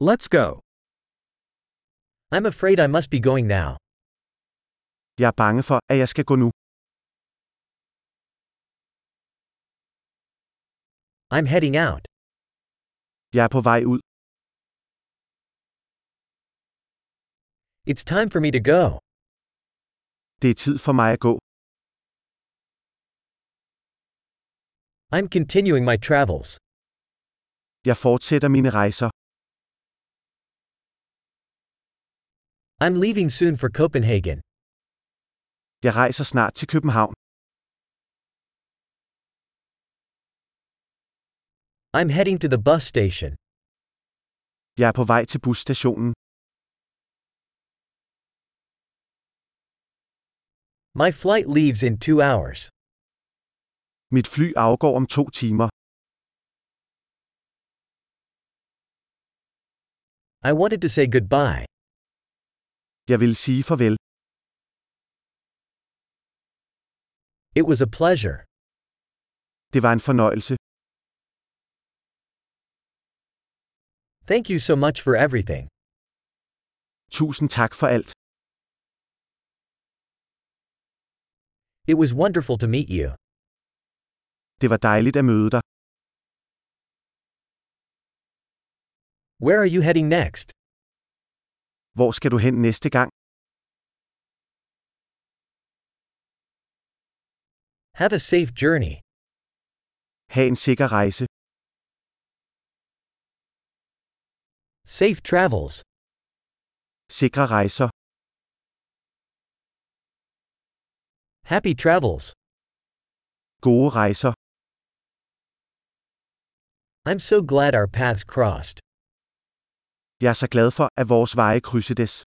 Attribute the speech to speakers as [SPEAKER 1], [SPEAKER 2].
[SPEAKER 1] Let's go.
[SPEAKER 2] I'm afraid I must be going now.
[SPEAKER 3] Jeg er bange for, at jeg skal gå nu.
[SPEAKER 2] I'm heading out.
[SPEAKER 3] Jeg er på vej ud.
[SPEAKER 2] It's time for me to go.
[SPEAKER 3] Det er tid for mig at gå.
[SPEAKER 2] I'm continuing my travels.
[SPEAKER 3] Jeg fortsætter mine rejser.
[SPEAKER 2] I'm leaving soon for Copenhagen.
[SPEAKER 3] Jeg rejser snart til København.
[SPEAKER 2] I'm heading to the bus station.
[SPEAKER 3] Jeg er på vej til busstationen.
[SPEAKER 2] My flight leaves in two hours.
[SPEAKER 3] Mit fly afgår om to timer.
[SPEAKER 2] I wanted to say goodbye.
[SPEAKER 3] Jeg vil sige farvel.
[SPEAKER 2] It was a pleasure.
[SPEAKER 3] Det var en fornøjelse.
[SPEAKER 2] Thank you so much for everything.
[SPEAKER 3] Tusind tak for alt.
[SPEAKER 2] It was wonderful to meet you.
[SPEAKER 3] Det var dejligt at møde dig.
[SPEAKER 2] Where are you heading next?
[SPEAKER 3] Hvor skal du hen næste gang?
[SPEAKER 2] Have a safe journey.
[SPEAKER 3] Ha' en sikker rejse.
[SPEAKER 2] Safe travels.
[SPEAKER 3] Sikre rejser.
[SPEAKER 2] Happy travels.
[SPEAKER 3] Gode rejser.
[SPEAKER 2] I'm so glad our paths crossed.
[SPEAKER 3] Jeg er så glad for, at vores veje krydsedes.